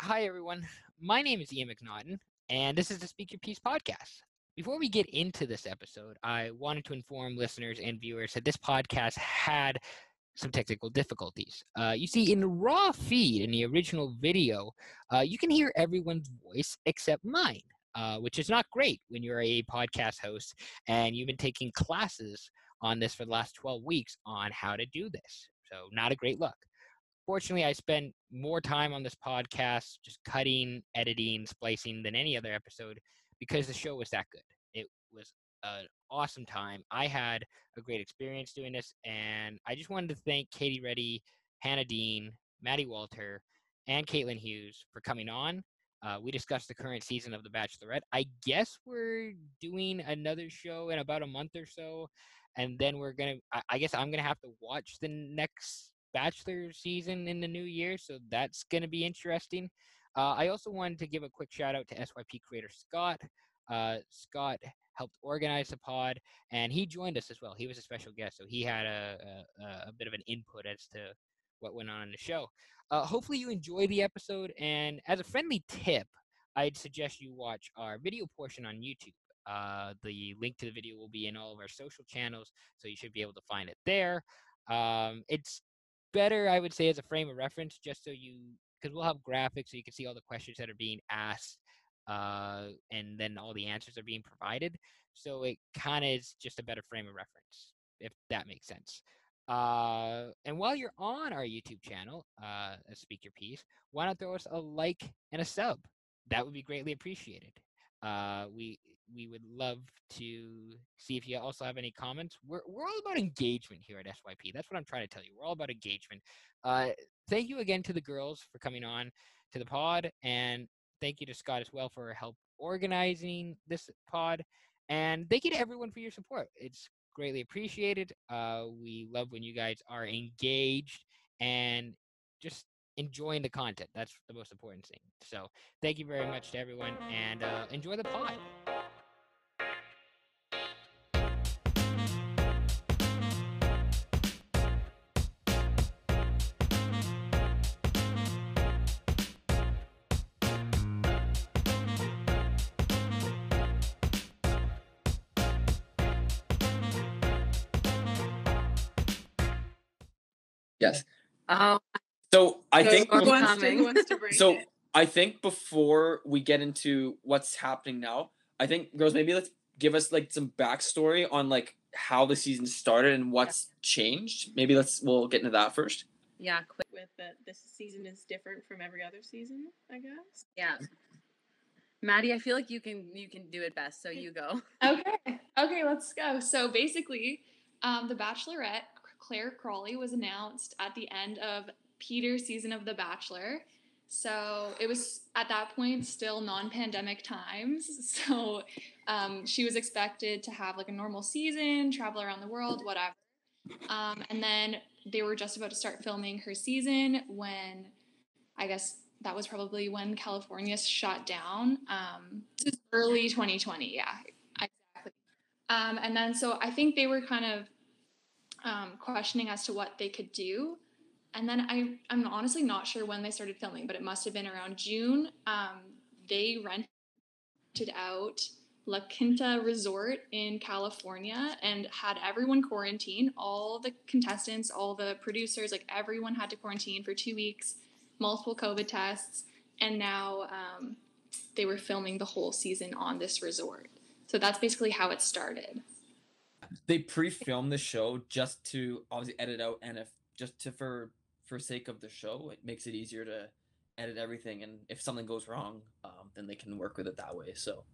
Hi, everyone. My name is Ian McNaughton, and this is the Speak Your Piece podcast. Before we get into this episode, I wanted to inform listeners and viewers that this podcast had some technical difficulties. Uh, you see, in the raw feed in the original video, uh, you can hear everyone's voice except mine, uh, which is not great when you're a podcast host and you've been taking classes on this for the last 12 weeks on how to do this. So, not a great look fortunately i spend more time on this podcast just cutting editing splicing than any other episode because the show was that good it was an awesome time i had a great experience doing this and i just wanted to thank katie reddy hannah dean maddie walter and caitlin hughes for coming on uh, we discussed the current season of the bachelorette i guess we're doing another show in about a month or so and then we're gonna I, I guess i'm gonna have to watch the next bachelor season in the new year so that's gonna be interesting uh, i also wanted to give a quick shout out to syp creator scott uh, scott helped organize the pod and he joined us as well he was a special guest so he had a, a, a bit of an input as to what went on in the show uh, hopefully you enjoy the episode and as a friendly tip i'd suggest you watch our video portion on youtube uh, the link to the video will be in all of our social channels so you should be able to find it there um, it's better i would say as a frame of reference just so you because we'll have graphics so you can see all the questions that are being asked uh, and then all the answers are being provided so it kind of is just a better frame of reference if that makes sense uh, and while you're on our youtube channel uh, uh, speak your piece why not throw us a like and a sub that would be greatly appreciated uh, we we would love to see if you also have any comments. We're we're all about engagement here at SYP. That's what I'm trying to tell you. We're all about engagement. Uh, thank you again to the girls for coming on to the pod, and thank you to Scott as well for help organizing this pod, and thank you to everyone for your support. It's greatly appreciated. Uh, we love when you guys are engaged and just enjoying the content. That's the most important thing. So thank you very much to everyone, and uh, enjoy the pod. Yes. Oh, So I So think Who Who it's bef- wants, to, coming? who wants to break so it? I think before we get into what's happening now, I think girls maybe let's give us like some backstory on like how the season started and what's changed. Maybe let's we'll get into that first. yeah, quick. With that, this season is different from every other season, I guess. Yeah. Maddie, I feel like you can you can do it best, so you go. Okay. Okay, let's go. So basically, um, The Bachelorette, Claire Crawley, was announced at the end of Peter's season of The Bachelor. So it was at that point still non pandemic times. So um, she was expected to have like a normal season, travel around the world, whatever. Um, and then they were just about to start filming her season when I guess that was probably when California shut down. Um, this is early 2020. Yeah, exactly. Um, and then so I think they were kind of um, questioning as to what they could do. And then I, I'm honestly not sure when they started filming, but it must have been around June. Um, they rented out La Quinta Resort in California and had everyone quarantine. All the contestants, all the producers, like everyone had to quarantine for two weeks, multiple COVID tests. And now um, they were filming the whole season on this resort. So that's basically how it started. They pre-filmed the show just to obviously edit out and if just to for for sake of the show, it makes it easier to edit everything and if something goes wrong, um, then they can work with it that way. So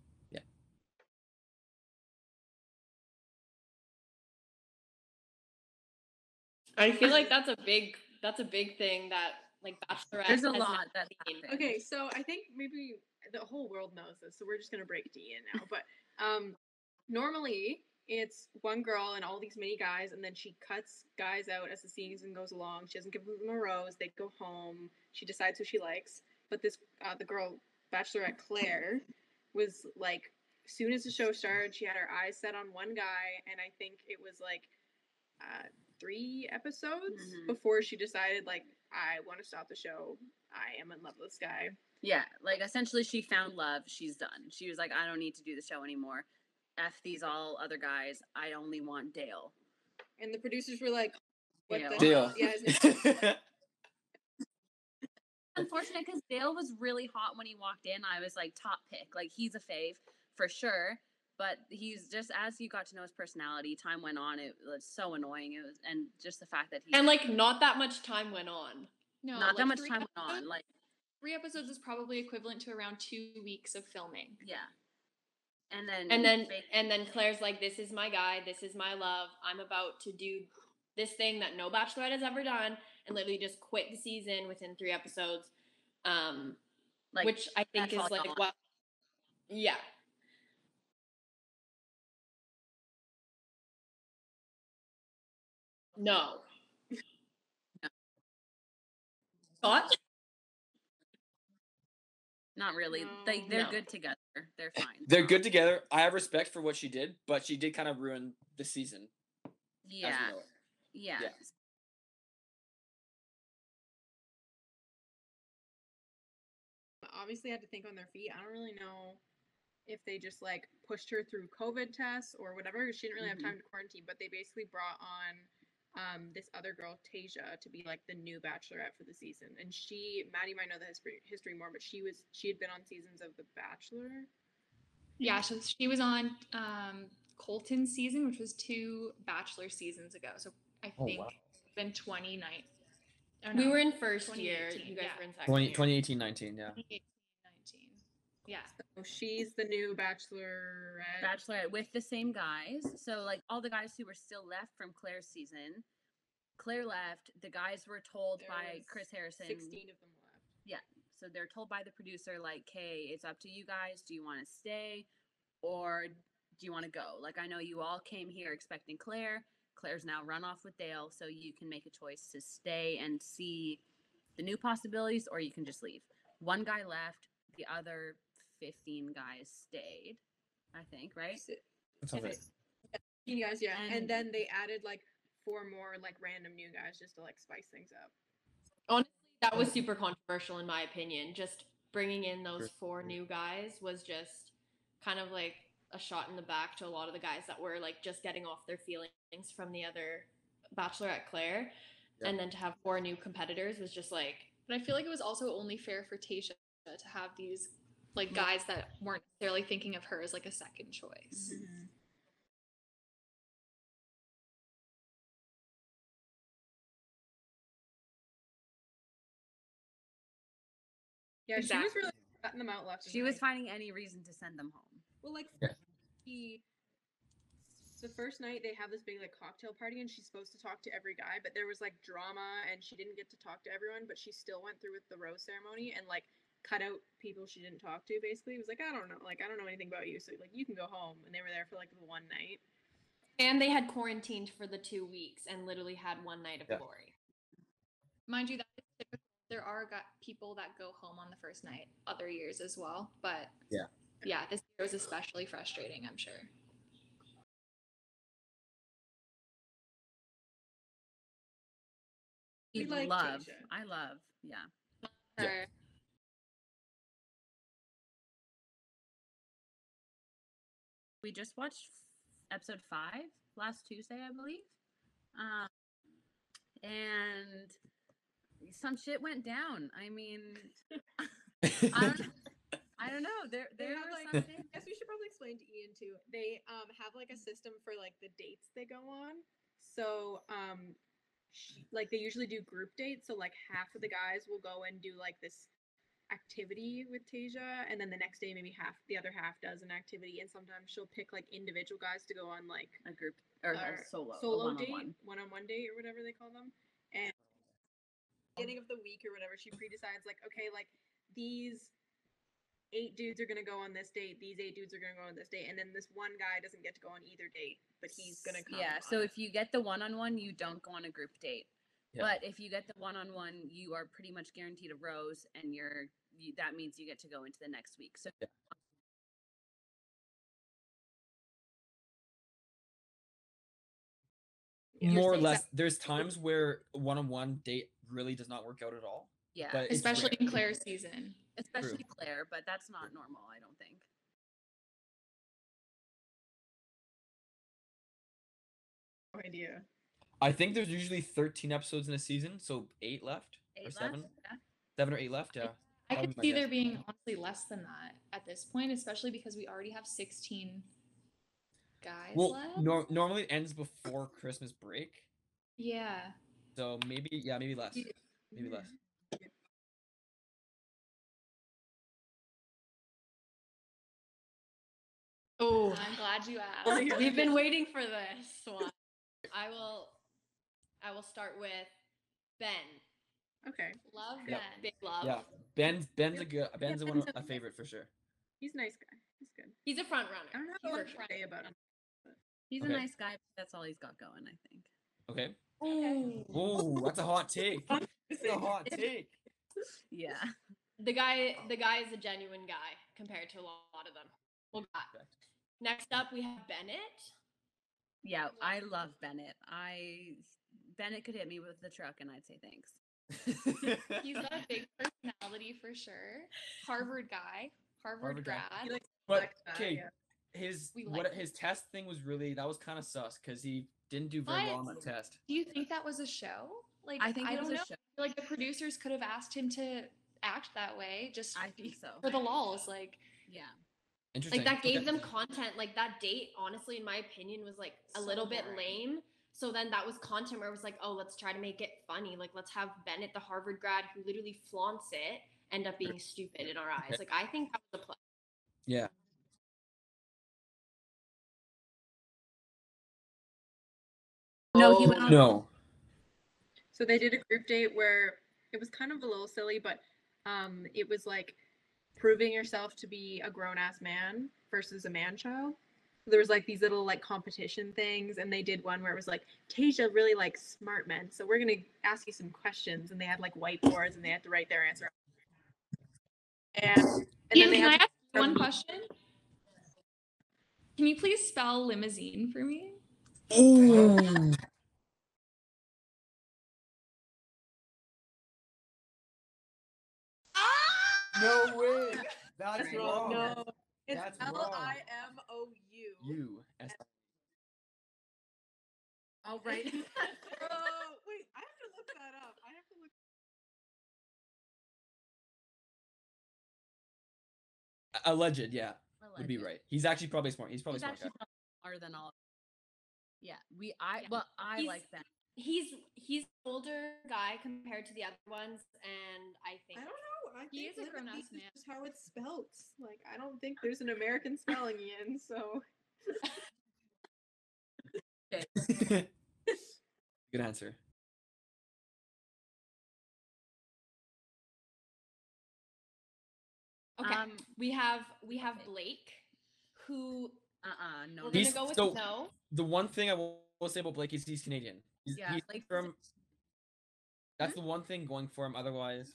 I feel like that's a big that's a big thing that like bachelorette. There's a has lot not that's seen. happened. Okay. Okay. Okay, so I think maybe the whole world knows this, so we're just gonna break D in now. But um, normally it's one girl and all these many guys, and then she cuts guys out as the season goes along. She doesn't give them a rose. They go home. She decides who she likes. But this, uh, the girl Bachelorette Claire, was like, soon as the show started, she had her eyes set on one guy, and I think it was like uh, three episodes Mhm. before she decided like I want to stop the show I am in love with this guy. Yeah, like essentially she found love. She's done. She was like, I don't need to do the show anymore. F these all other guys. I only want Dale. And the producers were like, "What the Dale. hell?" Yeah, his name's Unfortunate because Dale was really hot when he walked in. I was like top pick. Like he's a fave for sure. But he's just as you got to know his personality, time went on. It was so annoying. It was and just the fact that he And like, not that much time went on. No, not that like much three time went episodes- on. Like three episodes is probably equivalent to around two weeks of filming. yeah. And then And then, ba- and then Claire's like, "This is my guy. This is my love. I'm about to do this thing that no bachelorette has ever done," and literally just quit the season within three episodes. Um, like which I think that's is all like gone. what. Yeah, no. Thoughts? not really. No. They they're No. good together. They're fine. They're good together. I have respect for what she did, but she did kind of ruin the season. Yeah. As we know it. Yeah. Yeah. obviously had to think on their feet. I don't really know if they just like pushed her through COVID tests or whatever. 'cause She didn't really Mhm. have time to quarantine, but they basically brought on um, this other girl, Tasia, to be like the new bachelorette for the season. And she, Maddie might know the history, history more, but she was she had been on seasons of The Bachelor. Yeah, so she was on um, Colton season, which was two Bachelor seasons ago. So I Oh, think wow. then 2019. or We oh, no, were in first year. 2018, You guys yeah. were in second. 20, year. 2018, 19, yeah. 2018, 19. Yeah. So she's the new bachelorette. Bachelorette with the same guys. So like all the guys who were still left from Claire's season, Claire left. The guys were told There by was Chris Harrison. Sixteen of them left. So they're told by the producer like, "Hey, it's up to you guys. Do you want to stay, or do you want to go? Like I know you all came here expecting Claire. Claire's now run off with Dale, so you can make a choice to stay and see the new possibilities, or you can just leave. One guy left. The other fifteen guys stayed. I think right. Si- That sounds Okay. right. You guys, yeah. And- And then they added like four more like random new guys just to like spice things up. Honestly, that was super controversial in my opinion. Just bringing in those Sure. four new guys was just kind of like a shot in the back to a lot of the guys that were like just getting off their feelings from the other Bachelorette Claire. Yeah. And then to have four new competitors was just like, But I feel like it was also only fair for Tasha to have these like Yeah. guys that weren't necessarily thinking of her as like a second choice. Mm-hmm. Yeah, she was Exactly. really cutting them out left. and She was right. finding any reason to send them home. Well, like Yeah. she, the first night they have this big like cocktail party, and she's supposed to talk to every guy, but there was like drama, and she didn't get to talk to everyone. But she still went through with the rose ceremony and like cut out people she didn't talk to. Basically, it was like I don't know, like I don't know anything about you, so like you can go home. And they were there for like the one night. and they had quarantined for the two weeks and literally had one night of Yeah. glory. Mind you, that is typical. there are got people that go home on the first night other years as well. But Yeah. yeah, this year was especially frustrating, I'm sure. We You like love. Tasia. I love. Yeah. Yeah. Her- We just watched f- episode five last Tuesday, I believe. Um, and some shit went down. I mean, I don't, I don't know. There, They there had, were like- some things. I guess we should probably explain to Ian too. They um have like a system for like the dates they go on. So um sh- like they usually do group dates, so like half of the guys will go and do like this activity with Tasia and then the next day maybe half the other half does an activity and sometimes she'll pick like individual guys to go on like A group or a Or solo, a solo date, one-on-one. Oh. one on one date, or whatever they call them. And beginning of the week or whatever, she pre decides like, okay, like these eight dudes are gonna go on this date, these eight dudes are gonna go on this date, and then this one guy doesn't get to go on either date, but he's gonna come. Yeah. on So it. if you get the one-on-one, you don't go on a group date. Yeah. But if you get the one-on-one, you are pretty much guaranteed a rose, and you're you, that means you get to go into the next week. So Yeah. You're More or saying less, that- there's times where one on one date really does not work out at all. Yeah. But it's especially in rare. Claire's season. Especially Claire, but that's not normal, I don't think. No idea. I think there's usually 13 episodes in a season, so eight left Eight or left? seven, Yeah. seven or eight left. Yeah. I That could would be my see guess. there being honestly less than that at this point, especially because we already have 16 guys Well, left. nor- normally it ends before Christmas break, yeah. so maybe yeah, maybe less, maybe less. Oh, I'm glad you Oh my asked. God. We've been waiting for this one. I will I will start with Ben. Okay. Love Yeah. Ben. Big love. Yeah, Ben's Ben's a good Ben's yeah, one Ben's of- a- a favorite for sure. He's a nice guy. He's good. He's a front I don't runner. know for what to sure. say about him. He's Okay. a nice guy, but that's all he's got going, I think. Okay. Ooh. Oh, that's a hot take. That's a hot take. Yeah. The guy the guy is a genuine guy compared to a lot of them. Well God. Correct. Next up we have Bennett. Yeah, I love Bennett. I Bennett could hit me with the truck and I'd say thanks. He's got a big personality for sure. Harvard guy, Harvard, Harvard grad. guy. He likes but black guy, okay, yeah. his We what like his test thing was really that was kind of sus because he didn't do very well on What? that test. Do you think that was a show? Like I think it I was don't a know. show. Like the producers could have asked him to act that way just I think so. for the lols. Like Yeah. Interesting. Like that Okay. gave them content. Like that date, honestly, in my opinion, was like a So little bit boring. lame. So then that was content where it was like, oh, let's try to make it funny. Like let's have Bennett, the Harvard grad who literally flaunts it, end up being stupid in our eyes. Okay. Like I think that was a play. Yeah. No, he went on No. So they did a group date where it was kind of a little silly, but um, it was like proving yourself to be a grown ass man versus a man child. There was like these little like competition things, and they did one where it was like Tasia really likes smart men, so we're gonna ask you some questions, and they had like whiteboards and they had to write their answer. And, and then Ian, they can I had ask you one Um, question? Can you please spell limousine for me? No way. That's wrong. no, it's That's wrong. L I M O U. You. S- Oh right. Oh wait, I have to look that up. I have to look. Alleged. Yeah. Would be right. He's actually probably smart. He's probably He's smart. actually guy. smarter than all. Yeah, we. I Yeah. well, I He's- like Bennett. He's he's an older guy compared to the other ones, and I think I don't know. I He think is a limousine grown-ass man. Just how it's spelled. Like I don't think there's an American spelling in. So Good answer. Okay. Um, we have we have Okay. Blake, who uh, uh no. we're no, gonna He's- no. go with so- no. The one thing I will will say about Blake is he's Canadian. He's, yeah, he's like from. That's the one thing going for him. Otherwise,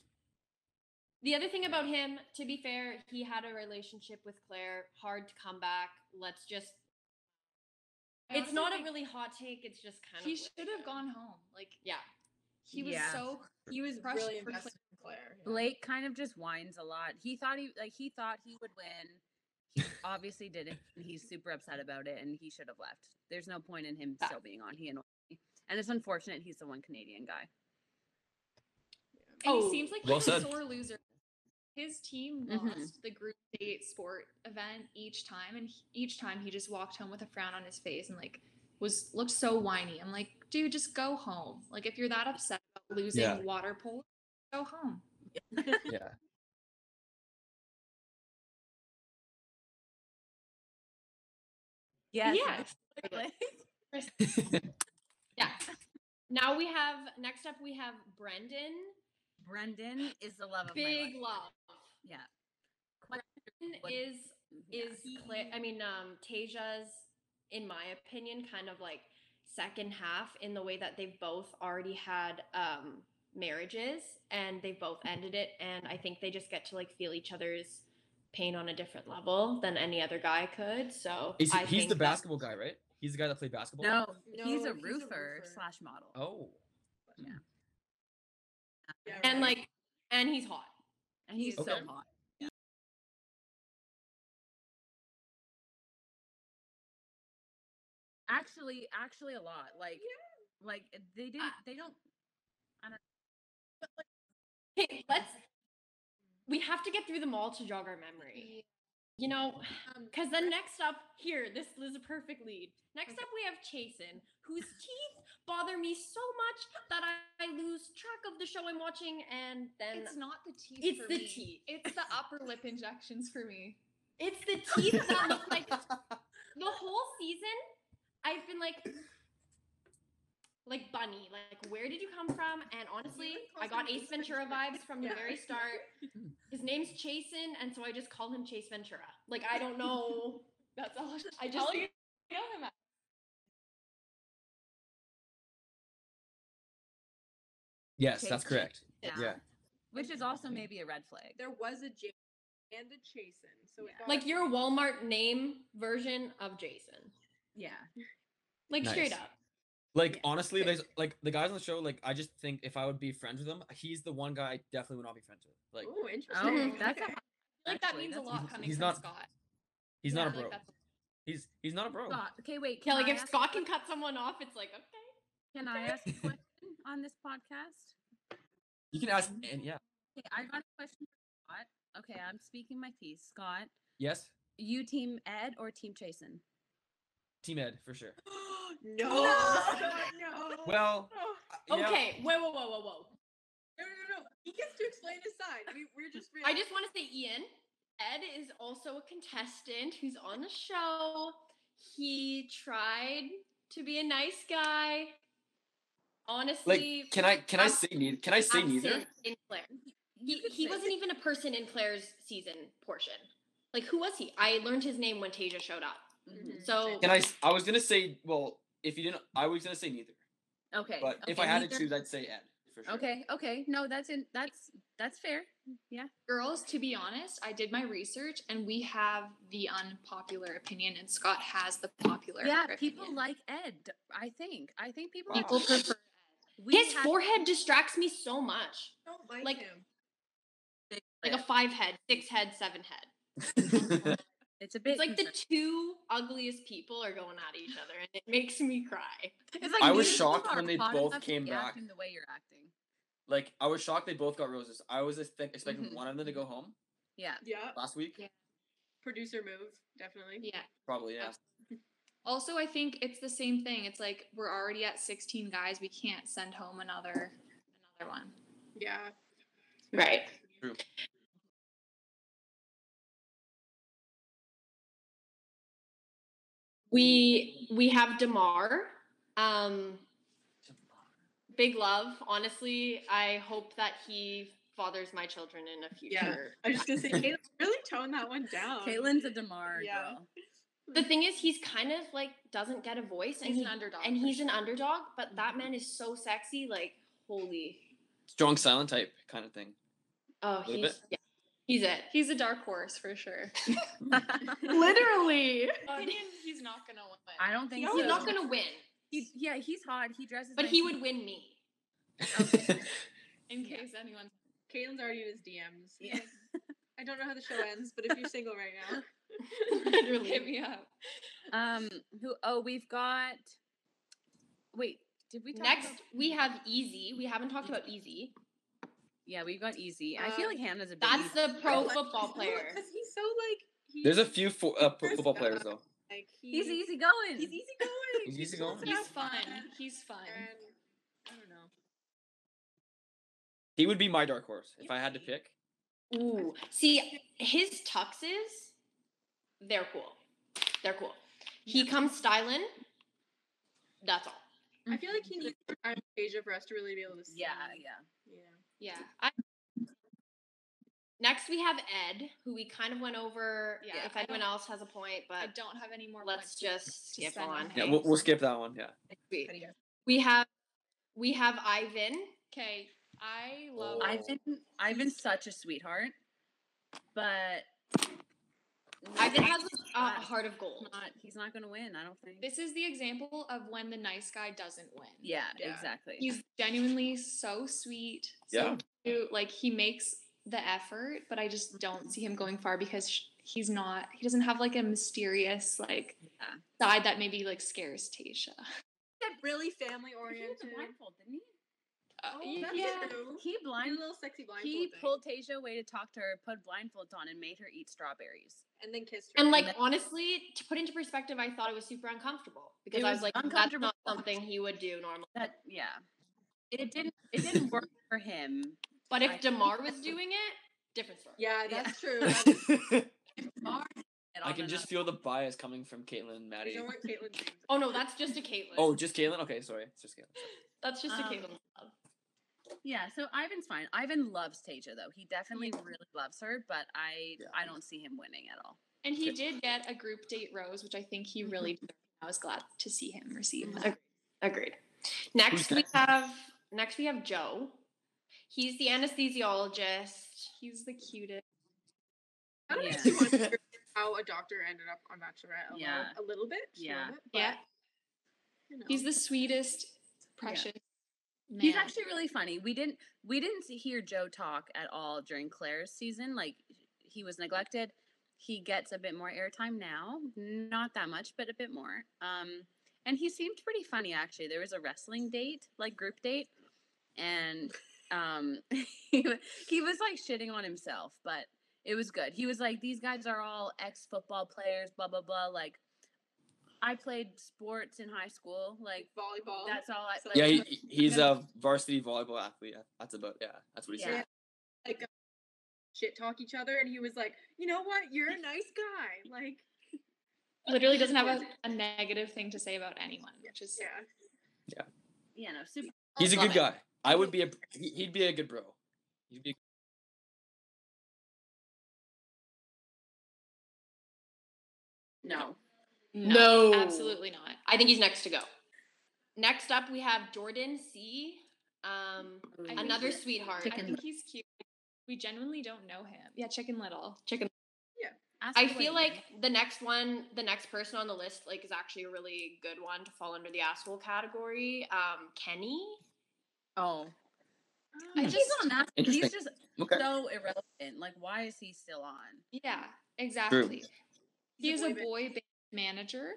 The other thing about him, to be fair, he had a relationship with Claire, hard to come back. Let's just I it's honestly not a think really hot take, it's just kind He of should have gone home. Like Yeah. he was Yeah. so he was Crushed really for invested in Claire. Blake kind of just whines a lot. He thought he like he thought he would win. He obviously didn't. And he's super upset about it, and he should have left. There's no point in him Yeah. still being on. He annoys me, and it's unfortunate he's the one Canadian guy. and Oh, he seems like well he's said. a sore loser. His team lost Mm-hmm. Mhm. the group date sport event each time, and he- each time he just walked home with a frown on his face and like was looked so whiny. I'm like, dude, just go home. Like if you're that upset about losing Yeah. water polo, go home. yeah. Yes. yeah. yeah. Now we have next up we have Brendan. Brendan is the love of Big Oh, my life. love. Yeah. Brendan What- is yeah. is Claire, I mean, um, Tasia's, in my opinion, kind of like second half in the way that they've both already had um, marriages and they've both Mm-hmm. ended it. And I think they just get to like feel each other's pain on a different level than any other guy could. So Is he- I he's think the that- basketball guy, right? He's the guy that played basketball. No, No, he's he's a a roofer, roofer. slash model. Oh. Yeah, And right. like, Yeah, and right. like, and he's hot. and he's Okay. so hot. Actually, actually, a lot. Like, like uh, they didn't. They don't. Okay, let's. We have to get through them all to jog our memory. You know, Um, because then next up here, this is a perfect lead. Next up, we have Chasen, whose teeth bother me so much that I, I lose track of the show I'm watching, and then It's not the teeth. It's for the me. teeth. It's the upper lip injections for me. It's the teeth that look like the whole season. I've been like, like Bunny, like where did you come from? And honestly, I got Ace Ventura vibes from the very start. His name's Chasen, and so I just call him Chase Ventura. Like I don't know. That's all. I all just you know him. As. Yes, Okay, that's check correct. it out. Yeah. Which is also maybe a red flag. there was a J and a Chasen, so it Yeah. got like your Walmart name version of Jason. Yeah. Like straight Nice. up. Like Yeah. honestly, Okay. there's like the guys on the show. Like I just think if I would be friends with him, he's the one guy I definitely would not be friends with. Like Oh, Oh, interesting. that's a, okay. Like that actually, means a that's lot He's- coming he's from not- Scott. he's I not a feel bro. like that's- he's he's not a bro. Scott. Okay, wait. Yeah, can like I if ask- Scott can cut someone off, it's like okay. Can I ask a question on this podcast? You can ask, and yeah, Okay, I got a question for Scott. Okay, I'm speaking my piece. Scott, yes, you team Ed or team Chasen? team Ed for sure. no, No. Scott, no. Well, Oh, uh, you know, Okay, whoa, whoa, whoa, whoa, whoa. no, no, no. He gets to explain his side. We, we're just. I just want to say, Ian, Ed is also a contestant who's on the show. He tried to be a nice guy. Honestly, like can I can I say absent- neither? Can I say neither? absent In Claire. You He, could he say- wasn't even a person in Claire's season portion. Like, who was he? I learned his name when Tasia showed up. Mhm. So, Can I? s- I was gonna say well, if you didn't, I was gonna say neither. Mm-hmm. Okay. But if I okay, had neither- to choose, I'd say Ed for sure. Okay, okay. No, that's in that's that's fair. Girls, to be honest, I did my research and we have the unpopular opinion, and Scott has the popular. Yeah, opinion. people like Ed. I think. I think people like people Ed. prefer. we his have- forehead distracts me so much. don't like, like- him. Like a five head, six head, seven head. It's a bit It's like the concerning. two ugliest people are going at each other, and it makes me cry. It's like I was neither of shocked you are when they hot both enough to came be back. acting the way you're acting. like I was shocked they both got roses. I was expect- expecting Mhm. one of them to go home Yeah. Yeah, last week. Yeah. producer move definitely. Yeah. Probably yeah. Also, I think it's the same thing. It's like we're already at 16 guys. We can't send home another another one. Yeah. Right. True. We we have Demar. Um, big love. Honestly, I hope that he fathers my children in a Yeah. future. I was just gonna say, Caitlin, really tone that one Oh, down. Caitlin's a Demar Yeah. girl. The thing is, he's kind of like doesn't get a voice, and He's he, an underdog. and for he's an sure. underdog. But that Mhm. man is so sexy. Like holy, Strong silent type kind of thing. oh Little he's yeah, he's it. He's a dark horse for sure. Um, Literally, Opinion, he's not gonna win. I don't think he's so. not gonna win, He, yeah, he's hot. He dresses. but nice. he would win me. in Yeah. case anyone's Caitlin's already in his DMs. He's Yeah. like, I don't know how the show ends, but if you're single right now, hit Literally. me up. Um. Who? Oh, we've got. Wait. Did we talk Next, about- we have Easy. We haven't talked about Easy. Yeah, we've got Easy. I feel Um, like Hannah's a big. That's Easy the fan. pro football player. because he's so like he, There's a few fo- uh, pro First football guy. players though. like he, He's easy going. He's easy going. He's easy going. He's fun. He's fun. And I don't know. He would be my dark horse if I had to pick. Ooh, see his tuxes. They're cool. They're cool. He comes styling. That's all. I feel like he needs more time with Asia for us to really be able to see. Yeah. Yeah. Yeah. Yeah. I, Next, we have Ed, who we kind of went over. Yeah, if I anyone don't- else has a point, I but don't have any more. points. let's just skip spend on. on Yeah, Okay. we'll, we'll skip that one. Yeah. We, Pretty good. we have we have Ivan. Okay. I love. Oh. Ivan. I've been. I've been such a sweetheart, but Ivan has a, a Wow. heart of gold. not. He's not going to win. I don't think. This is the example of when the nice guy doesn't win. yeah, Yeah. Exactly. He's genuinely so sweet. So Yeah. do like he makes the effort, but I just don't see him going far because sh- he's not. He doesn't have like a mysterious like Yeah. side that maybe like scares Tasha. That really family He oriented. was a blindfold, didn't he? Uh, Oh, that's yeah. true. He Blind blind. little sexy blindfold. He thing. pulled Tasia away to talk to her, put blindfolds on, and made her eat strawberries. and then kissed her. And like that- honestly, to put into perspective, I thought it was super uncomfortable because It I was was like, that's uncomfortable. not something he would do normally. That yeah, it didn't. It didn't work for him. But I- if Demar was doing it, different story. yeah, Yeah. that's true. That's- I can just feel the bias coming from Caitlin and you Maddie. know what Caitlyn's name is. Oh no, that's just a Caitlyn. Oh, just Caitlin? Okay, sorry. It's just Caitlin. that's just a um, Caitlyn love. Yeah, so Ivan's fine. Ivan loves Tasia though. He definitely really loves her, but I Yeah. I don't see him winning at all. And he Okay. did get a group date rose, which I think Mm-hmm. he really. deserved. I was glad to see him receive that. Agreed. Agreed. Next we have next we have Joe. He's the anesthesiologist. He's the cutest. I don't Yeah. actually want to hear how a doctor ended up on Bachelorette. although Yeah. a little bit. just a Yeah. little bit, Yeah. but, you know. He's the sweetest, precious man. He's actually really funny. We didn't we didn't see- hear Joe talk at all during Claire's season. Like he was neglected. He gets a bit more airtime now, not that much, but a bit more. Um, and he seemed pretty funny actually. There was a wrestling date, like group date, and um, he, wa- he was like shitting on himself, but it was good. He was like, "These guys are all ex football players, blah blah blah." Like, I played sports in high school, like. volleyball. That's all I. So- like, Yeah, he- he, he's a varsity volleyball athlete. That's about, yeah, that's what he said. Yeah. shit talk each other, and he was like, "You know what? You're a nice guy." Like, literally doesn't have a, a negative thing to say about anyone, which is yeah. you know, super. He's a Love good it. guy. I would be a, he- he'd be a good bro. He'd be No. No, No. absolutely not. I think he's next to go. Next up we have Jordan C. Um, I think another he's- sweetheart. I Chicken think he's cute. We genuinely don't know him. Yeah, Chicken Little. Chicken. Ask I away. feel like the next one, the next person on the list, like is actually a really good one to fall under the asshole category. Um, Kenny. Oh, I I just- just on that. He's Interesting. just Okay. so irrelevant. Like, why is he still on? Yeah, exactly. He He's is a a boy boy band manager.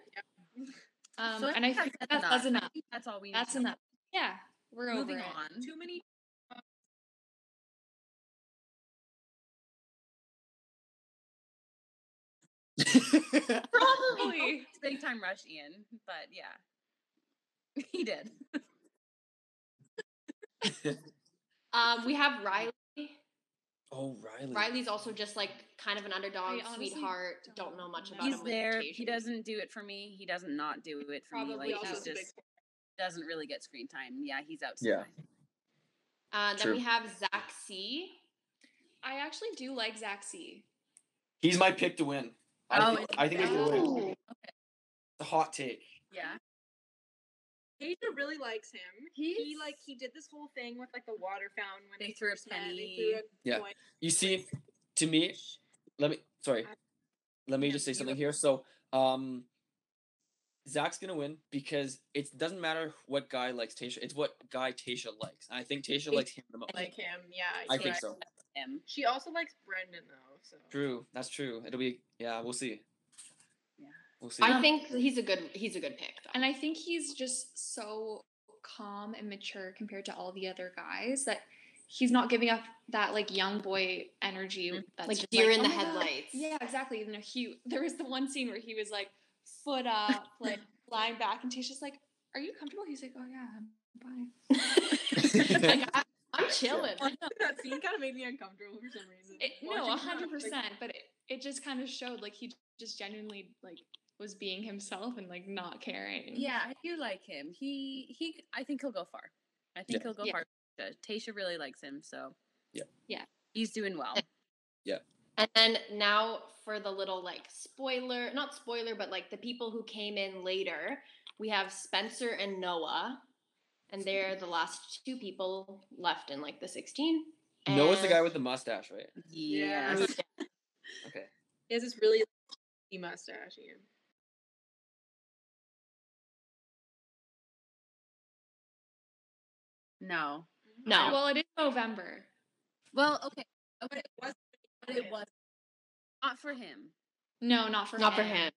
Um, So and I think think that's that enough. does enough. That's all we. That's need. enough. Yeah, we're over Moving it. on. Too many. Probably. Big time rush, Ian. But yeah, he did. Um, we have Riley. oh, Riley. Riley's also just like kind of an underdog, I honestly sweetheart. don't Don't know much know. about He's him. with there. Tasia. He doesn't do it for me. He doesn't not do it for Probably me. Like also he the just doesn't really get screen time. Yeah, he's out. Yeah. Uh, then True. we have Zach C. I actually do like Zaxi. He's my pick to win. I Oh, think, it's- I think he's going to win. Oh. The hot take. Yeah. Asia really likes him. He He's- like he did this whole thing with like the water fountain when They they, threw a met, they penny. threw a Yeah. coin. You see, to me, let me, sorry, let me Yeah, just say you something go. here. So, um, Zach's gonna win because it doesn't matter what guy likes Tasha. It's what guy Tasha likes. I think Tasha likes him the most. like him. Yeah, I she think likes- so. Him. She also likes Brendan though. So True. That's true. It'll be yeah. We'll see. Yeah. We'll see. I think he's a good he's a good pick. Though. And I think he's just so calm and mature compared to all the other guys that he's not giving off that like young boy energy Mm, that's like just deer in "Oh the my God." headlights. Yeah, exactly. You know, he there was the one scene where he was like foot up, like lying back, and Tasha's like, "Are you comfortable?" He's like, "Oh yeah, I'm fine." Like, I, am chilling. that scene kind of made me uncomfortable for some reason. It, no, Watching a her, like, hundred percent. But it, it just kind of showed like he just genuinely like was being himself and like not caring. Yeah, I do like him. He he. I think he'll go far. I think Yeah. he'll go Yeah. far. Uh, Tasha really likes him, so Yeah. Yeah. he's doing well. And then now for the little like spoiler, not spoiler, but like the people who came in later, we have Spencer and Noah, and they're the last two people left in like the 16. Noah's the guy And- with the mustache, right? Yeah. Yeah. Okay. He has this really cheesy mustache. Ian. No. no. Well, it is November. Well, okay, But okay, it was but it was not for him. No, not for Not for him. him.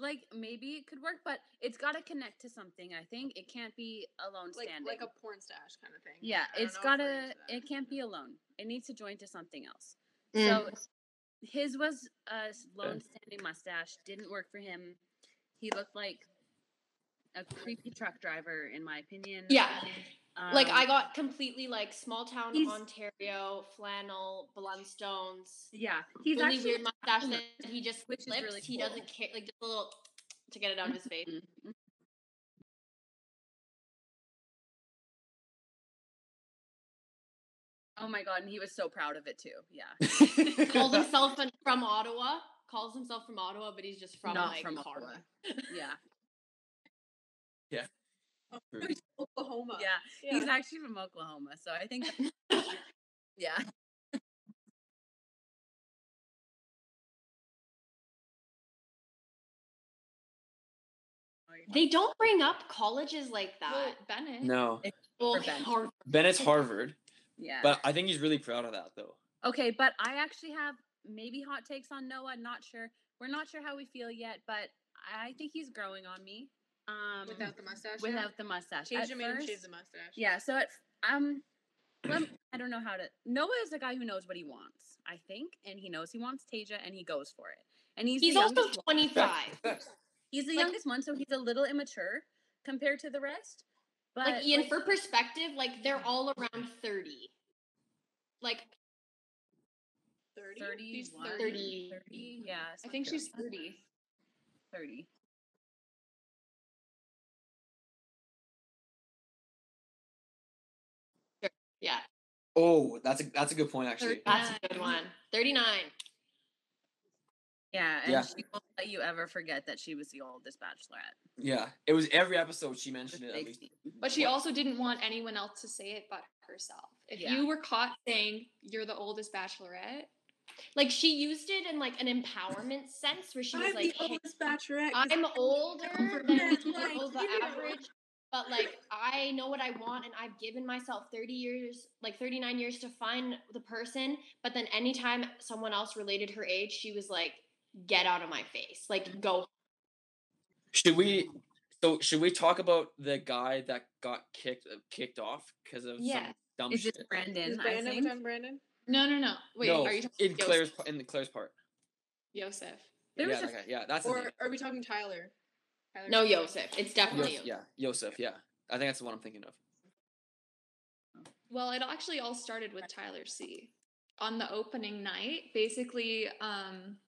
Like maybe it could work, but it's got to connect to something. I think it can't be alone like standing. like a porn stash kind of thing. yeah, I don't it's know if got we're to. into that. It can't be alone. It needs to join to something else. Mm. So his was a s- lone standing mustache. Didn't work for him. He looked like a creepy truck driver, in my opinion. Yeah. like I Um, got completely like small town he's- Ontario flannel Blundstones. Yeah, he's really actually weird mustache that he just Which is flips. really he cool. doesn't care, like just a little to get it out of his face. Mhm. Oh my god, and he was so proud of it too. Yeah. Called himself an- from Ottawa. Calls himself from Ottawa, but he's just from Not like from Ottawa. Ottawa. Yeah. Oklahoma. Yeah. He's actually from Oklahoma, so I think that- yeah. Oh, They don't bring up colleges like that. Well, Bennett. no, Well, for Ben. Harvard. Bennett's Harvard, Yeah. but I think he's really proud of that though. okay, but I actually have maybe hot takes on Noah, not sure. We're not sure how we feel yet, but I think he's growing on me. Um Without the mustache. yeah. without the mustache. change At the man, change first- the mustache. Yeah, so it, um, well, I don't know how to. Noah is a guy who knows what he wants, I think, and he knows he wants Tasia, and he goes for it. And he's He's the also youngest, one- 25. he's the like- youngest one, so he's a little immature compared to the rest. But like Ian, for perspective, like they're all around 30. Like 30? He's 31, 30. 30. 30, yeah, I something think she's like that. 30. thirty. Yeah, Oh, that's a that's a good point actually. 30, that's a good one. 39. Yeah, and Yeah. she won't let you ever forget that she was the oldest bachelorette. Yeah, it was every episode she mentioned which it at makes least. me- But she What? also didn't want anyone else to say it but herself. If Yeah. you were caught saying you're the oldest bachelorette, Like she used it in like an empowerment sense where she was I'm like, the "Hey, oldest bachelorette. 'cause I'm older older than than people like the you." average, but like I know what I want, and I've given myself 30 years, like 39 years to find the person. But then anytime someone else related her age, she was like, "Get out of my face! Like go." Should we? So should we talk about the guy that got kicked uh, kicked off because of Yeah. some dumb Is shit? it Brandon? Is I Brandon think. done Brandon? no, no, no. Wait, no, are you talking in about Claire's pa- in the Claire's part? Yosef? There was yeah, a- that guy, yeah, that's his Or name. are we talking Tyler? Tyler No, Perry? Yosef. It's definitely Yos- Yosef. yeah, Yosef. Yeah, I think that's the one I'm thinking of. Well, it actually all started with Tyler C. On the opening night, basically, um,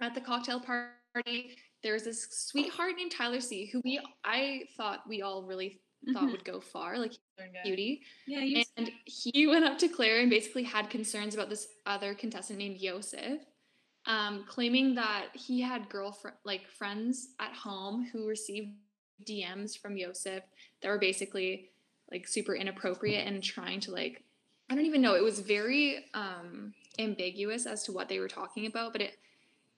at the cocktail party, there was this sweetheart named Tyler C. Who we I thought we all really thought Mhm. would go far, like Southern guy. beauty. Yeah, you And he went up to Claire and basically had concerns about this other contestant named Yosef, um, claiming that he had girlfriend like friends at home who received DMs from Yosef that were basically like super inappropriate and trying to like I don't even know. It was very um, ambiguous as to what they were talking about, but it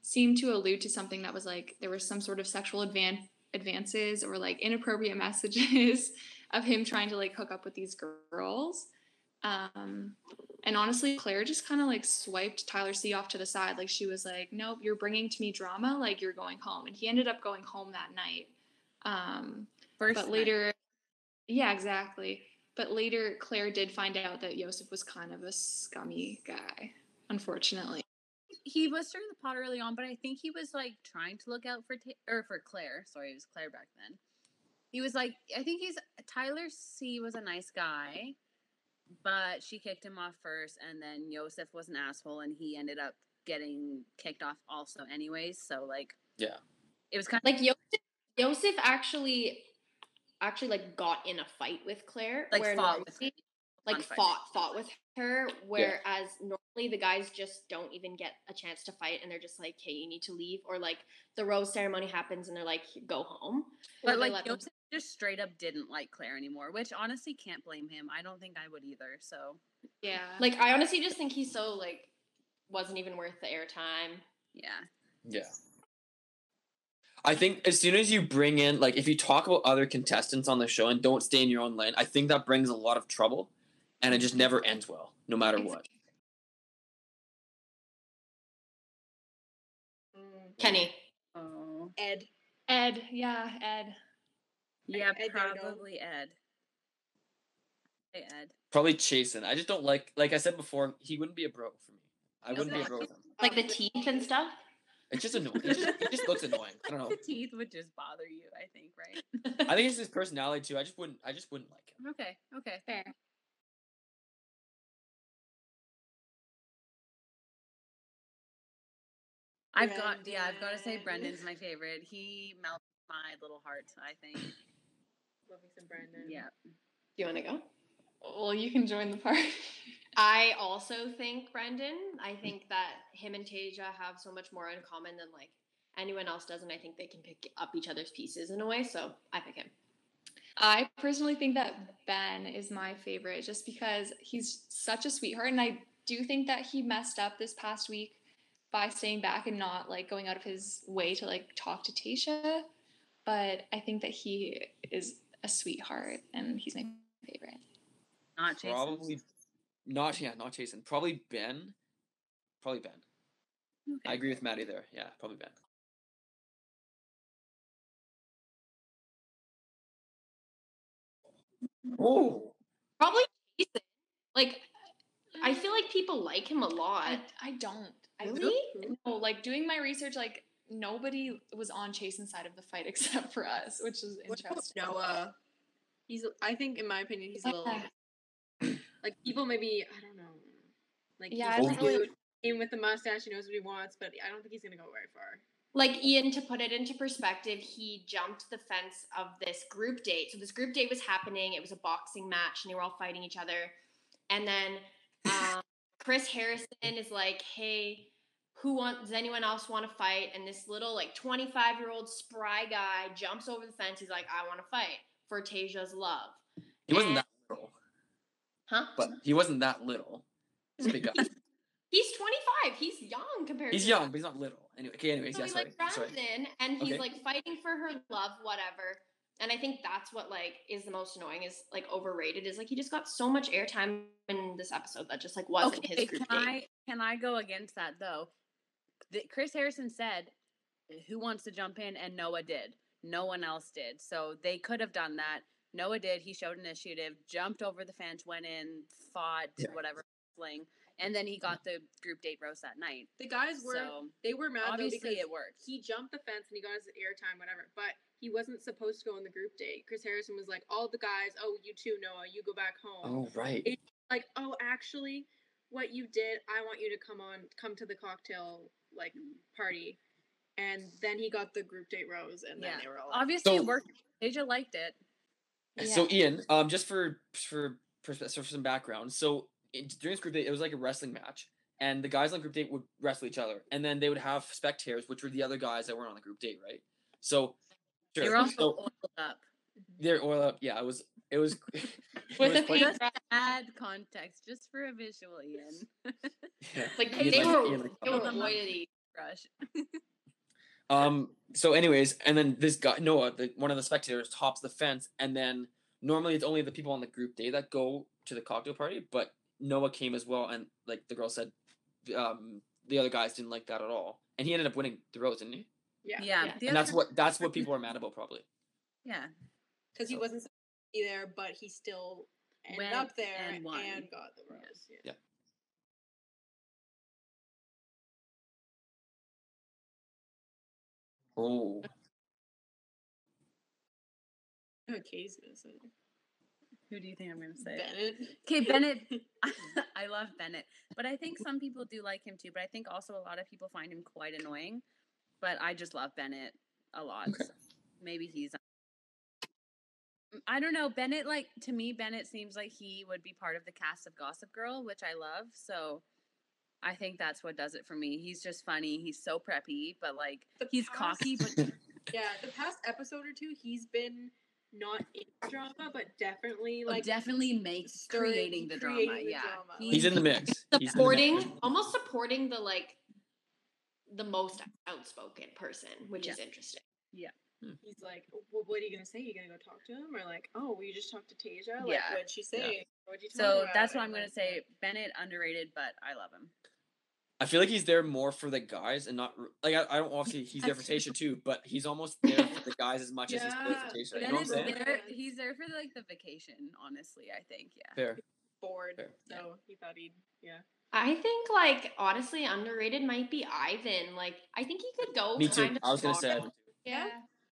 seemed to allude to something that was like there was some sort of sexual advan- advances or like inappropriate messages of him trying to like hook up with these girls. Um, and honestly, Claire just kind of like swiped Tyler C off to the side. Like she was like, nope, you're bringing to me drama. Like you're going home. And he ended up going home that night. Um, first but night. later, yeah, exactly. But later, Claire did find out that Yosef was kind of a scummy guy, unfortunately. he was stirring the pot early on, but I think he was like trying to look out for Ta- or for Claire. Sorry, it was Claire back then. He was like, I think he's Tyler C was a nice guy, but she kicked him off first, and then Yosef was an asshole, and he ended up getting kicked off also, anyways. So like, Yeah. it was kind of Like Yosef, Yosef actually, actually like got in a fight with Claire. like, where fought with normally- him. like on Friday. fought fought with her whereas normally the guys just don't even get a chance to fight and they're just like hey you need to leave or like the rose ceremony happens and they're like go home or But they like let them- Yosef just straight up didn't like Claire anymore, which honestly can't blame him. I don't think I would either. So Yeah. Like, like i honestly just think he's so like wasn't even worth the airtime yeah, Yeah. I think as soon as you bring in, like, if you talk about other contestants on the show and don't stay in your own lane, I think that brings a lot of trouble. and it just never ends well, no matter what. Kenny. Oh. Mm. Ed. Ed, yeah, Ed. Yeah, Ed gotta go. probably Ed. Hey, Ed. Probably Chasen. I just don't like. Like I said before, he wouldldn't be a bro for me. I wouldn't be a bro with him. Like the Um, teeth and stuff. It's just annoying. It just, it just looks annoying. I don't know. The teeth would just bother you, I think, right? I think it's his personality too. I just wouldn't. I just wouldn't like him. Okay, okay. Fair. I've got yeah, I've got to say Brendan. Brendan's my favorite. He melts my little heart, I think. Love me some Brandon. Yeah. Do you want to go? Well, you can join the party. I also think Brendan. I think that him and Tasia have so much more in common than like anyone else does, and I think they can pick up each other's pieces in a way. So I pick him. I personally think that Ben is my favorite just because he's such a sweetheart. And I do think that he messed up this past week by staying back and not like going out of his way to like talk to Tasha. But I think that he is a sweetheart and he's my favorite. Not Jason. Probably not. Yeah, not Chasen. Probably Ben. Probably Ben. I Okay. agree with Maddie there. Yeah, probably Ben. Oh, Probably Jason. Like I feel like people like him a lot. I, I don't. I Really? No, like doing my research, like nobody was on Chasen's side of the fight except for us, which is What about interesting. Noah? He's. a- I think, in my opinion, he's a little. Like people maybe I don't know. Like Yeah, I he's don't a really- dude, came with the mustache. He knows what he wants, but I don't think he's gonna go very far. like Ian, to put it into perspective, he jumped the fence of this group date. So this group date was happening. It was a boxing match, and they were all fighting each other. And then um, Chris Harrison is like, "Hey, who wants? Does anyone else want to fight?" And this little like 25 year old spry guy jumps over the fence. He's like, "I want to fight for Tasia's love." he wasn't And- that little, Huh? but he wasn't that little. He's a big guy. He's 25. He's young compared. He's to young, but he's not little. Anyway, okay. Anyways, So yeah, he sorry. like runs sorry. in and he's Okay. like fighting for her love, whatever. And I think that's what like is the most annoying is like overrated is like he just got so much airtime in this episode that just like wasn't Okay, his group can date. I can I go against that though? Th- Chris Harrison said, "Eh, "Who wants to jump in?" and Noah did. No one else did, so they could have done that. Noah did. He showed initiative, jumped over the fence, went in, fought, did Yeah. whatever fling, and then he got the group date roast that night. The guys were So they were mad though obviously because it worked. he jumped the fence and he got his airtime, whatever. But he wasn't supposed to go on the group date. Chris Harrison was like, "All the guys, oh you too, Noah, you go back home." Oh right. It- Like, oh, actually, what you did, I want you to come on, come to the cocktail like party. And then he got the group date rose, and Yeah. then they were all like, obviously So- it worked. Asia liked it. So Ian, um, just for for perspe- so for some background, so it, during this group date, it was like a wrestling match, and the guys on group date would wrestle each other, and then they would have spectators, which were the other guys that were on the group date, right? So They were sure, also so oiled up. they're oil up. Yeah, it was it was. it With was a quite- paintbrush. Add context just for a visual, Ian. yeah. Like Ian's they like- were Ian's like, they "Oh, were no." oily. Rush. Um. So, anyways, and then this guy Noah, the, one of the spectators, tops the fence, and then normally it's only the people on the group day that go to the cocktail party, but Noah came as well, and like the girl said, um, the other guys didn't like that at all, and he ended up winning the rose, didn't he? "Yeah, Yeah. Yeah. the and that's other- what that's what people are mad about, probably. Yeah. because he So- wasn't supposed to be there, but he still ended Went up there and and, won. got the rose." Yeah. Oh, Oh, Katie's gonna say Who do you think I'm going to say? Bennett. Okay, Bennett. I love Bennett, but I think some people do like him too. But I think also a lot of people find him quite annoying. But I just love Bennett a lot. Okay. so maybe he's. I don't know. Bennett, like to me, Bennett seems like he would be part of the cast of Gossip Girl, which I love. So I think that's what does it for me. He's just funny. He's so preppy, but like The he's past- cocky, but Yeah, the past episode or two, he's been not in drama, but definitely like like Oh, definitely makes stirring- creating the drama. creating the yeah, drama, like- he's in the mix. He's in the mix. Supporting almost supporting the like the most outspoken person, which Yeah. is interesting. Hmm. he's like, well, what are you gonna say? You gonna go talk to him, or like, oh, will you just talk to Tasia? Like, Yeah. what'd she say? What'd you tell her So about that's what it?" I'm gonna Like, say. Bennett underrated, but I love him. I feel like he's there more for the guys and not r- like I, I don't obviously he's there for Tasha too, but he's almost there for the guys as much as he's there for Tasha. You know what I'm Bennett's saying? there. He's there for like the vacation. Honestly, I think. Yeah. Fair. bored. Fair. So he thought he'd, yeah. I think like honestly underrated might be Ivan. Like I think he could go Me too. kind of I was gonna far. say. Yeah.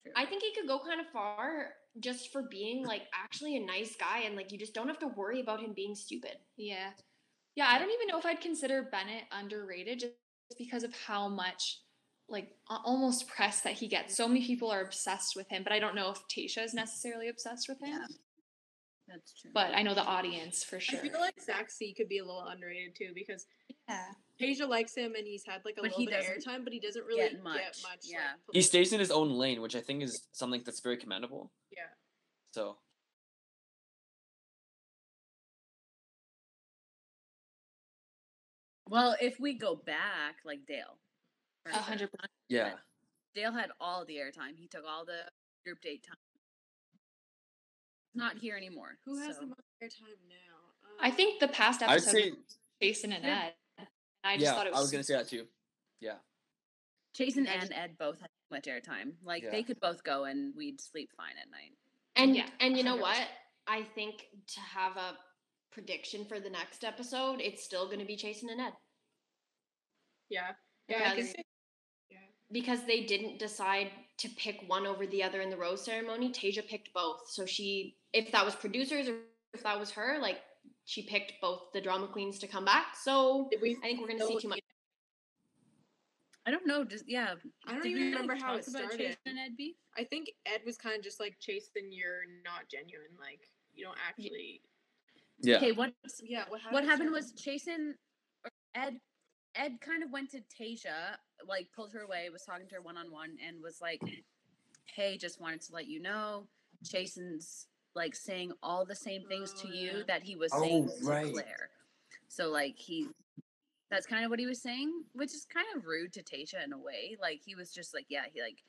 True. I think he could go kind of far just for being like actually a nice guy and like you just don't have to worry about him being stupid. Yeah. Yeah, I don't even know if I'd consider Bennett underrated just because of how much like a- almost press that he gets. So many people are obsessed with him, but I don't know if Tasha is necessarily obsessed with him. Yeah. that's true. But I know the audience for sure. I feel like Zach C could be a little underrated too because yeah. Tasia likes him and he's had like a But little he bit of doesn't airtime, but he doesn't really get much. much, like, yeah. He publicity. stays in his own lane, which I think is something that's very commendable. Yeah. So well, if we go back, like Dale. for A sure. hundred percent. yeah. Dale had all the airtime. He took all the group date time. Not here anymore. Who has so- the most airtime now? Uh, I think the past I'd episode say Jason and Yeah. Ed. I just yeah, thought it was, I was gonna say that too. Jason I just- and Ed both had too much airtime. Like Yeah. they could both go and we'd sleep fine at night. And Yeah, and you know 100%. what? I think to have a prediction for the next episode, it's still going to be Chasing and Ed Yeah. Yeah. I Because- think yeah. because they didn't decide to pick one over the other in the rose ceremony. Tasia picked both, so she if that was producers or if that was her, like she picked both the drama queens to come back. So Did we I think we're going to see So, too much. I don't know. Just yeah. I don't did even we remember how talk it about started. Jason and Ed beef? I think Ed was kind of just like, Jason, you're not genuine. Like, you don't actually. Yeah. Okay. What Yeah. What happened? what happened was started- Jason or Ed Ed kind of went to Tasia, like pulled her away, was talking to her one on one, and was like, "Hey, just wanted to let you know, Jason's like saying all the same things to Oh, you yeah. that he was Oh, saying to right. Claire." So like he, that's kind of what he was saying, which is kind of rude to Tasia in a way. Like he was just like, yeah, he like,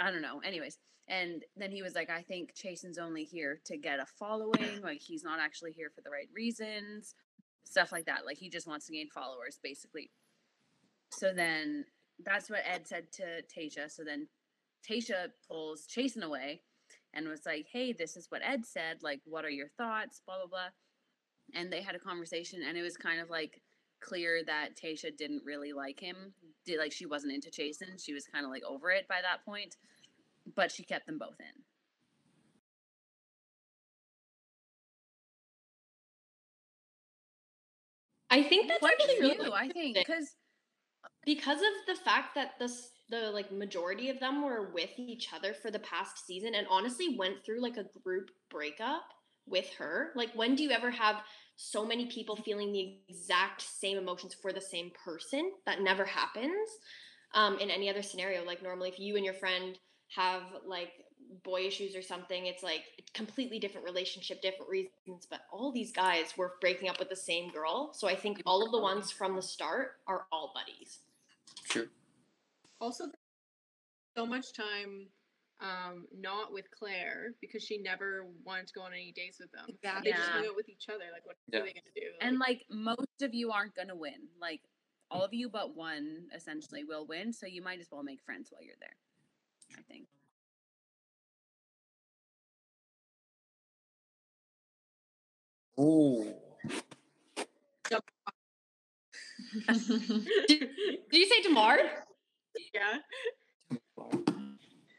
I don't know. Anyways, and then he was like, I think Jason's only here to get a following. Like he's not actually here for the right reasons, stuff like that. Like he just wants to gain followers, basically. So then that's what Ed said to Tasha. So then Tasha pulls Jason away and was like, Hey, this is what Ed said. Like, what are your thoughts? Blah, blah, blah. And they had a conversation, and it was kind of like clear that Tasha didn't really like him. Did like she wasn't into Jason. She was kind of like over it by that point but she kept them both in. I think that's Quite actually really few, I think, interesting. because because of the fact that this the like majority of them were with each other for the past season and honestly went through like a group breakup with her like when do you ever have so many people feeling the exact same emotions for the same person that never happens um, in any other scenario like normally if you and your friend have like boy issues or something it's like completely different relationship different reasons but all these guys were breaking up with the same girl so i think all of the ones from the start are all buddies True. also they spent so much time um, not with Claire because she never wanted to go on any dates with them. They just Yeah. hung out with each other. Like, what Yeah. are they going to do? and like most of you aren't gonna win. Like all of you but one essentially will win, so you might as well make friends while you're there. I think. Ooh. Did you say Demar? yeah.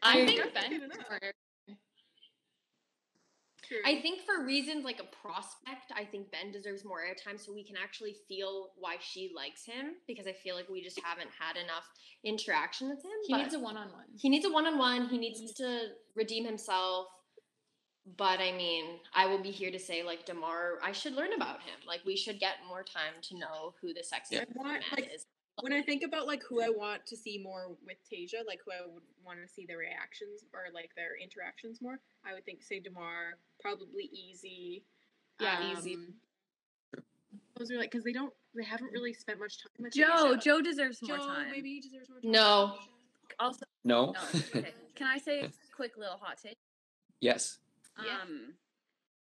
I I think You're Ben good enough. or- True. I think for reasons like a prospect, I think Ben deserves more airtime so we can actually feel why she likes him because I feel like we just haven't had enough interaction with him. he needs a but- one on one. he needs a one on one. He needs to redeem himself. But I mean, I will be here to say like Demar. I should learn about him. Like we should get more time to know who the sex Yeah. man want, like, is. when I think about like who I want to see more with Tasia, like who I would want to see their reactions or like their interactions more, I would think say Demar, probably Easy. Yeah, Easy. um, Those are like because they don't, they haven't really spent much time with Joe, Tasia. Joe deserves more Joe, time. maybe he deserves more time. No. with Tasia. Also, No. no, okay. can I say a quick little hot take? yes. Yeah. Um,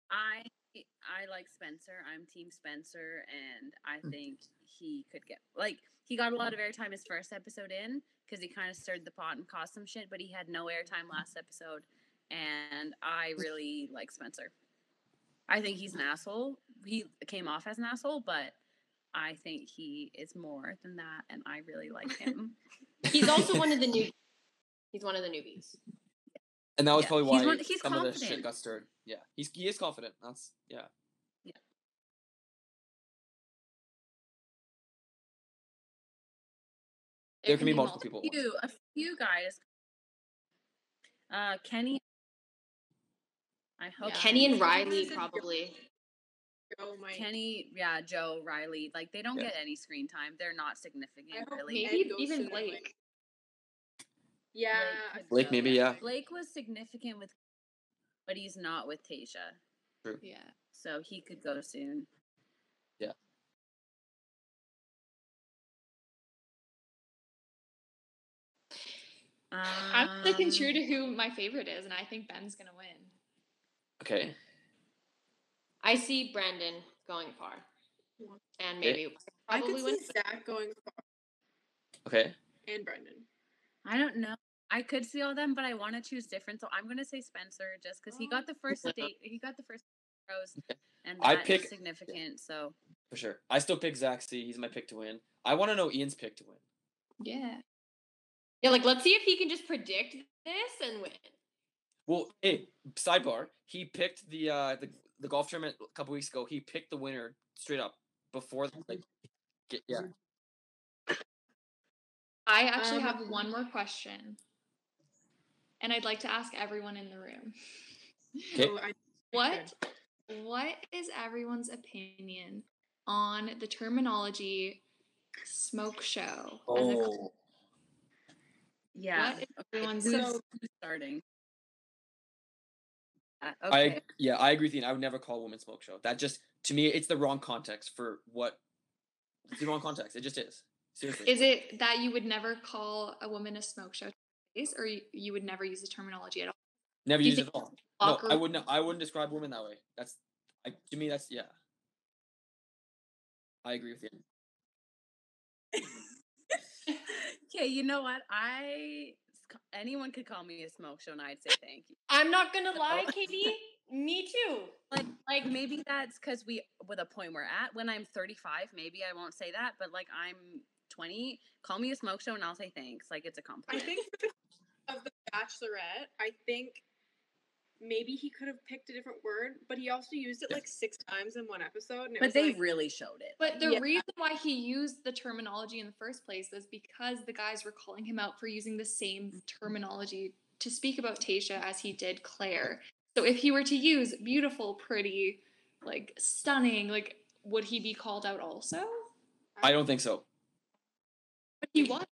I I like Spencer. I'm Team Spencer, and I think he could get like he got a lot of airtime his first episode in because he kind of stirred the pot and caused some shit, but he had no airtime last episode, and I really like Spencer. I think he's an asshole. He came off as an asshole, but I think he is more than that, and I really like him. He's also one of the new. He's one of the newbies. And that was Yeah, probably he's why one- he's some of the shit confident. got stirred. Yeah, he's he is confident. That's yeah. Yeah. There can be multiple people. at once. few, a few guys. Uh, Kenny. I hope Yeah. Kenny and Someone Riley said Joe- probably. Joe might. Kenny, yeah, Joe, Riley, like they don't Yeah. get any screen time. They're not significant, hope really. Ed Maybe goes to even that lake. Blake. yeah. I could feel Blake like maybe, that's yeah. like- Blake was significant with, but he's not with Tasha, Yeah. so he could go soon. Um, I'm sticking true Um. to who my favorite is, and I think Ben's gonna win. Okay. I see Brandon going far, and maybe I probably could win. see Zach going Okay. and Brendan. I don't know. I could see all them, but I want to choose different. So I'm gonna say Spencer just because Oh. he got the first date. He got the first rose, and I that's pick- significant. So For sure. I still pick Zach C. He's my pick to win. I want to know Ian's pick to win. Yeah. Yeah, like let's see if he can just predict this and win. Well, hey, sidebar. He picked the uh the, the golf tournament a couple weeks ago. He picked the winner straight up before the, like get, yeah. I actually Um, have one more question, and I'd like to ask everyone in the room. Okay. Oh, I- What what is everyone's opinion on the terminology smoke show? as a Oh. yeah, What if everyone's who's So- who's starting? Uh, I yeah, I agree with you. I would never call women smoke show. That just to me, it's the wrong context for what it's the wrong context. It just is. Seriously. is it that you would never call a woman a smoke show to her face, or you, you would never use the terminology at all? never do you use it think at all? No, Locker I room- wouldn't I wouldn't describe women that way. That's I, to me that's yeah. I agree with you. okay, you know what? I anyone could call me a smoke show, and I'd say thank you. I'm not gonna lie, Katie. Me too. Like, like maybe that's because we, with a point we're at. When I'm 35, maybe I won't say that, but like I'm 20, call me a smoke show, and I'll say thanks. Like it's a I compliment. think of the Bachelorette, I think maybe he could have picked a different word, but he also used it like six times in one episode. And it but was they like, really showed it. But the Yeah. reason why he used the terminology in the first place was because the guys were calling him out for using the same terminology to speak about Tasha as he did Claire. So if he were to use beautiful, pretty, like stunning, like would he be called out also? I don't think so. But he was.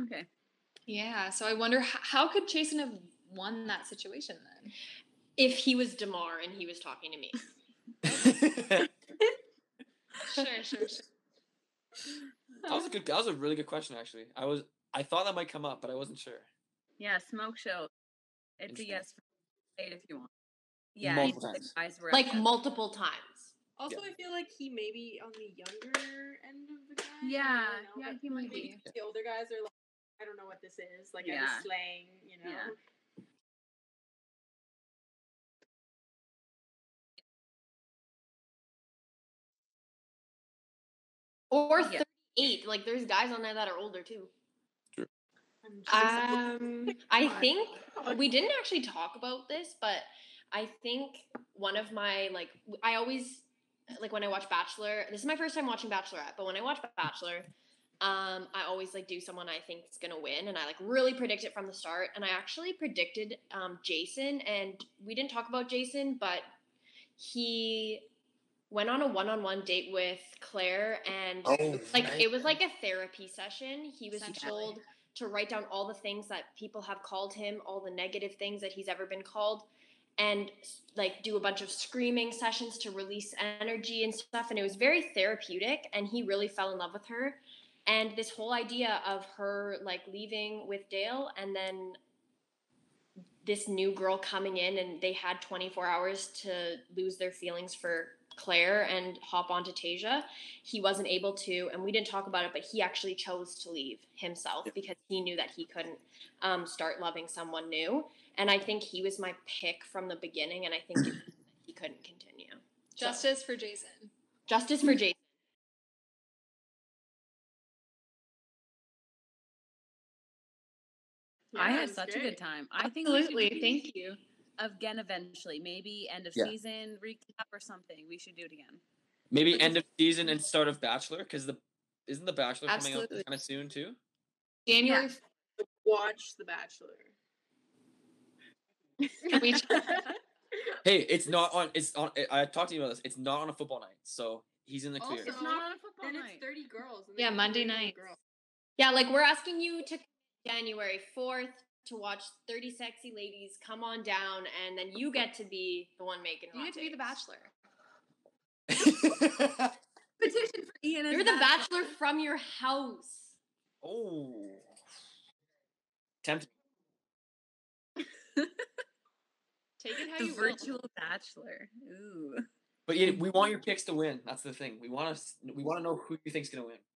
okay, Yeah. So I wonder h- how could Jason have won that situation then? If he was Demar and he was talking to me, that Sure, sure, sure. was a good that was a really good question actually. I was I thought that might come up, but I wasn't sure. yeah, smoke show. It's a Interesting. yes. for eight if you want. Yeah, Multiple the times. guys were like upset. multiple times. Also, I feel like he may be on the younger end of the guy. I don't Yeah, know, yeah, but he might Maybe be. the older guys are like, I don't know what this is, like any Yeah. slang, you know. Yeah. Or Yeah. 38. Like there's guys on there that are older too. I'm just like, Um, I God. think God. we didn't actually talk about this, but I think one of my like w- I always like when I watch Bachelor. This is my first time watching Bachelorette, but when I watch Bachelor, um, I always like do someone I think is gonna win, and I like really predict it from the start. And I actually predicted um, Jason, and we didn't talk about Jason, but he went on a one-on-one date with Claire, and Oh, like it was like a therapy session. He was Essentially. told to write down all the things that people have called him, all the negative things that he's ever been called, and like do a bunch of screaming sessions to release energy and stuff. And it was very therapeutic. And he really fell in love with her. and this whole idea of her like leaving with Dale and then this new girl coming in and they had 24 hours to lose their feelings for Claire and hop onto Tasia. He wasn't able to, and we didn't talk about it, but he actually chose to leave himself Yeah. because he knew that he couldn't um, start loving someone new. And I think he was my pick from the beginning, and I think it- he couldn't continue. So, Justice for Jason. justice for Jason. Yeah, I it had was such a good great. time. I think we should Absolutely. do Thank you. it again eventually, maybe end of Yeah. season recap or something. We should do it again. Maybe end of season and start of Bachelor, because the isn't the Bachelor coming Absolutely. out kind of soon too. January. Watch The Bachelor. We- Hey, it's not on. It's on. I- I talked to you about this. It's not on a football night, so he's in the clear. It's Also- not on a football then night. it's 30 girls. and Yeah, they Monday pick a nights. girl. Yeah, like we're asking you to January 4th to watch 30 sexy ladies come on down, and then you get to be the one making You get to be the bachelor. Bachelor. Petition for Ian. as You're the Bachelor. bachelor from your house. oh, tempted. Take it how The you virtual will. bachelor. Ooh. But yeah, we want your picks to win. That's the thing. We want to. We want to know who you think's gonna win.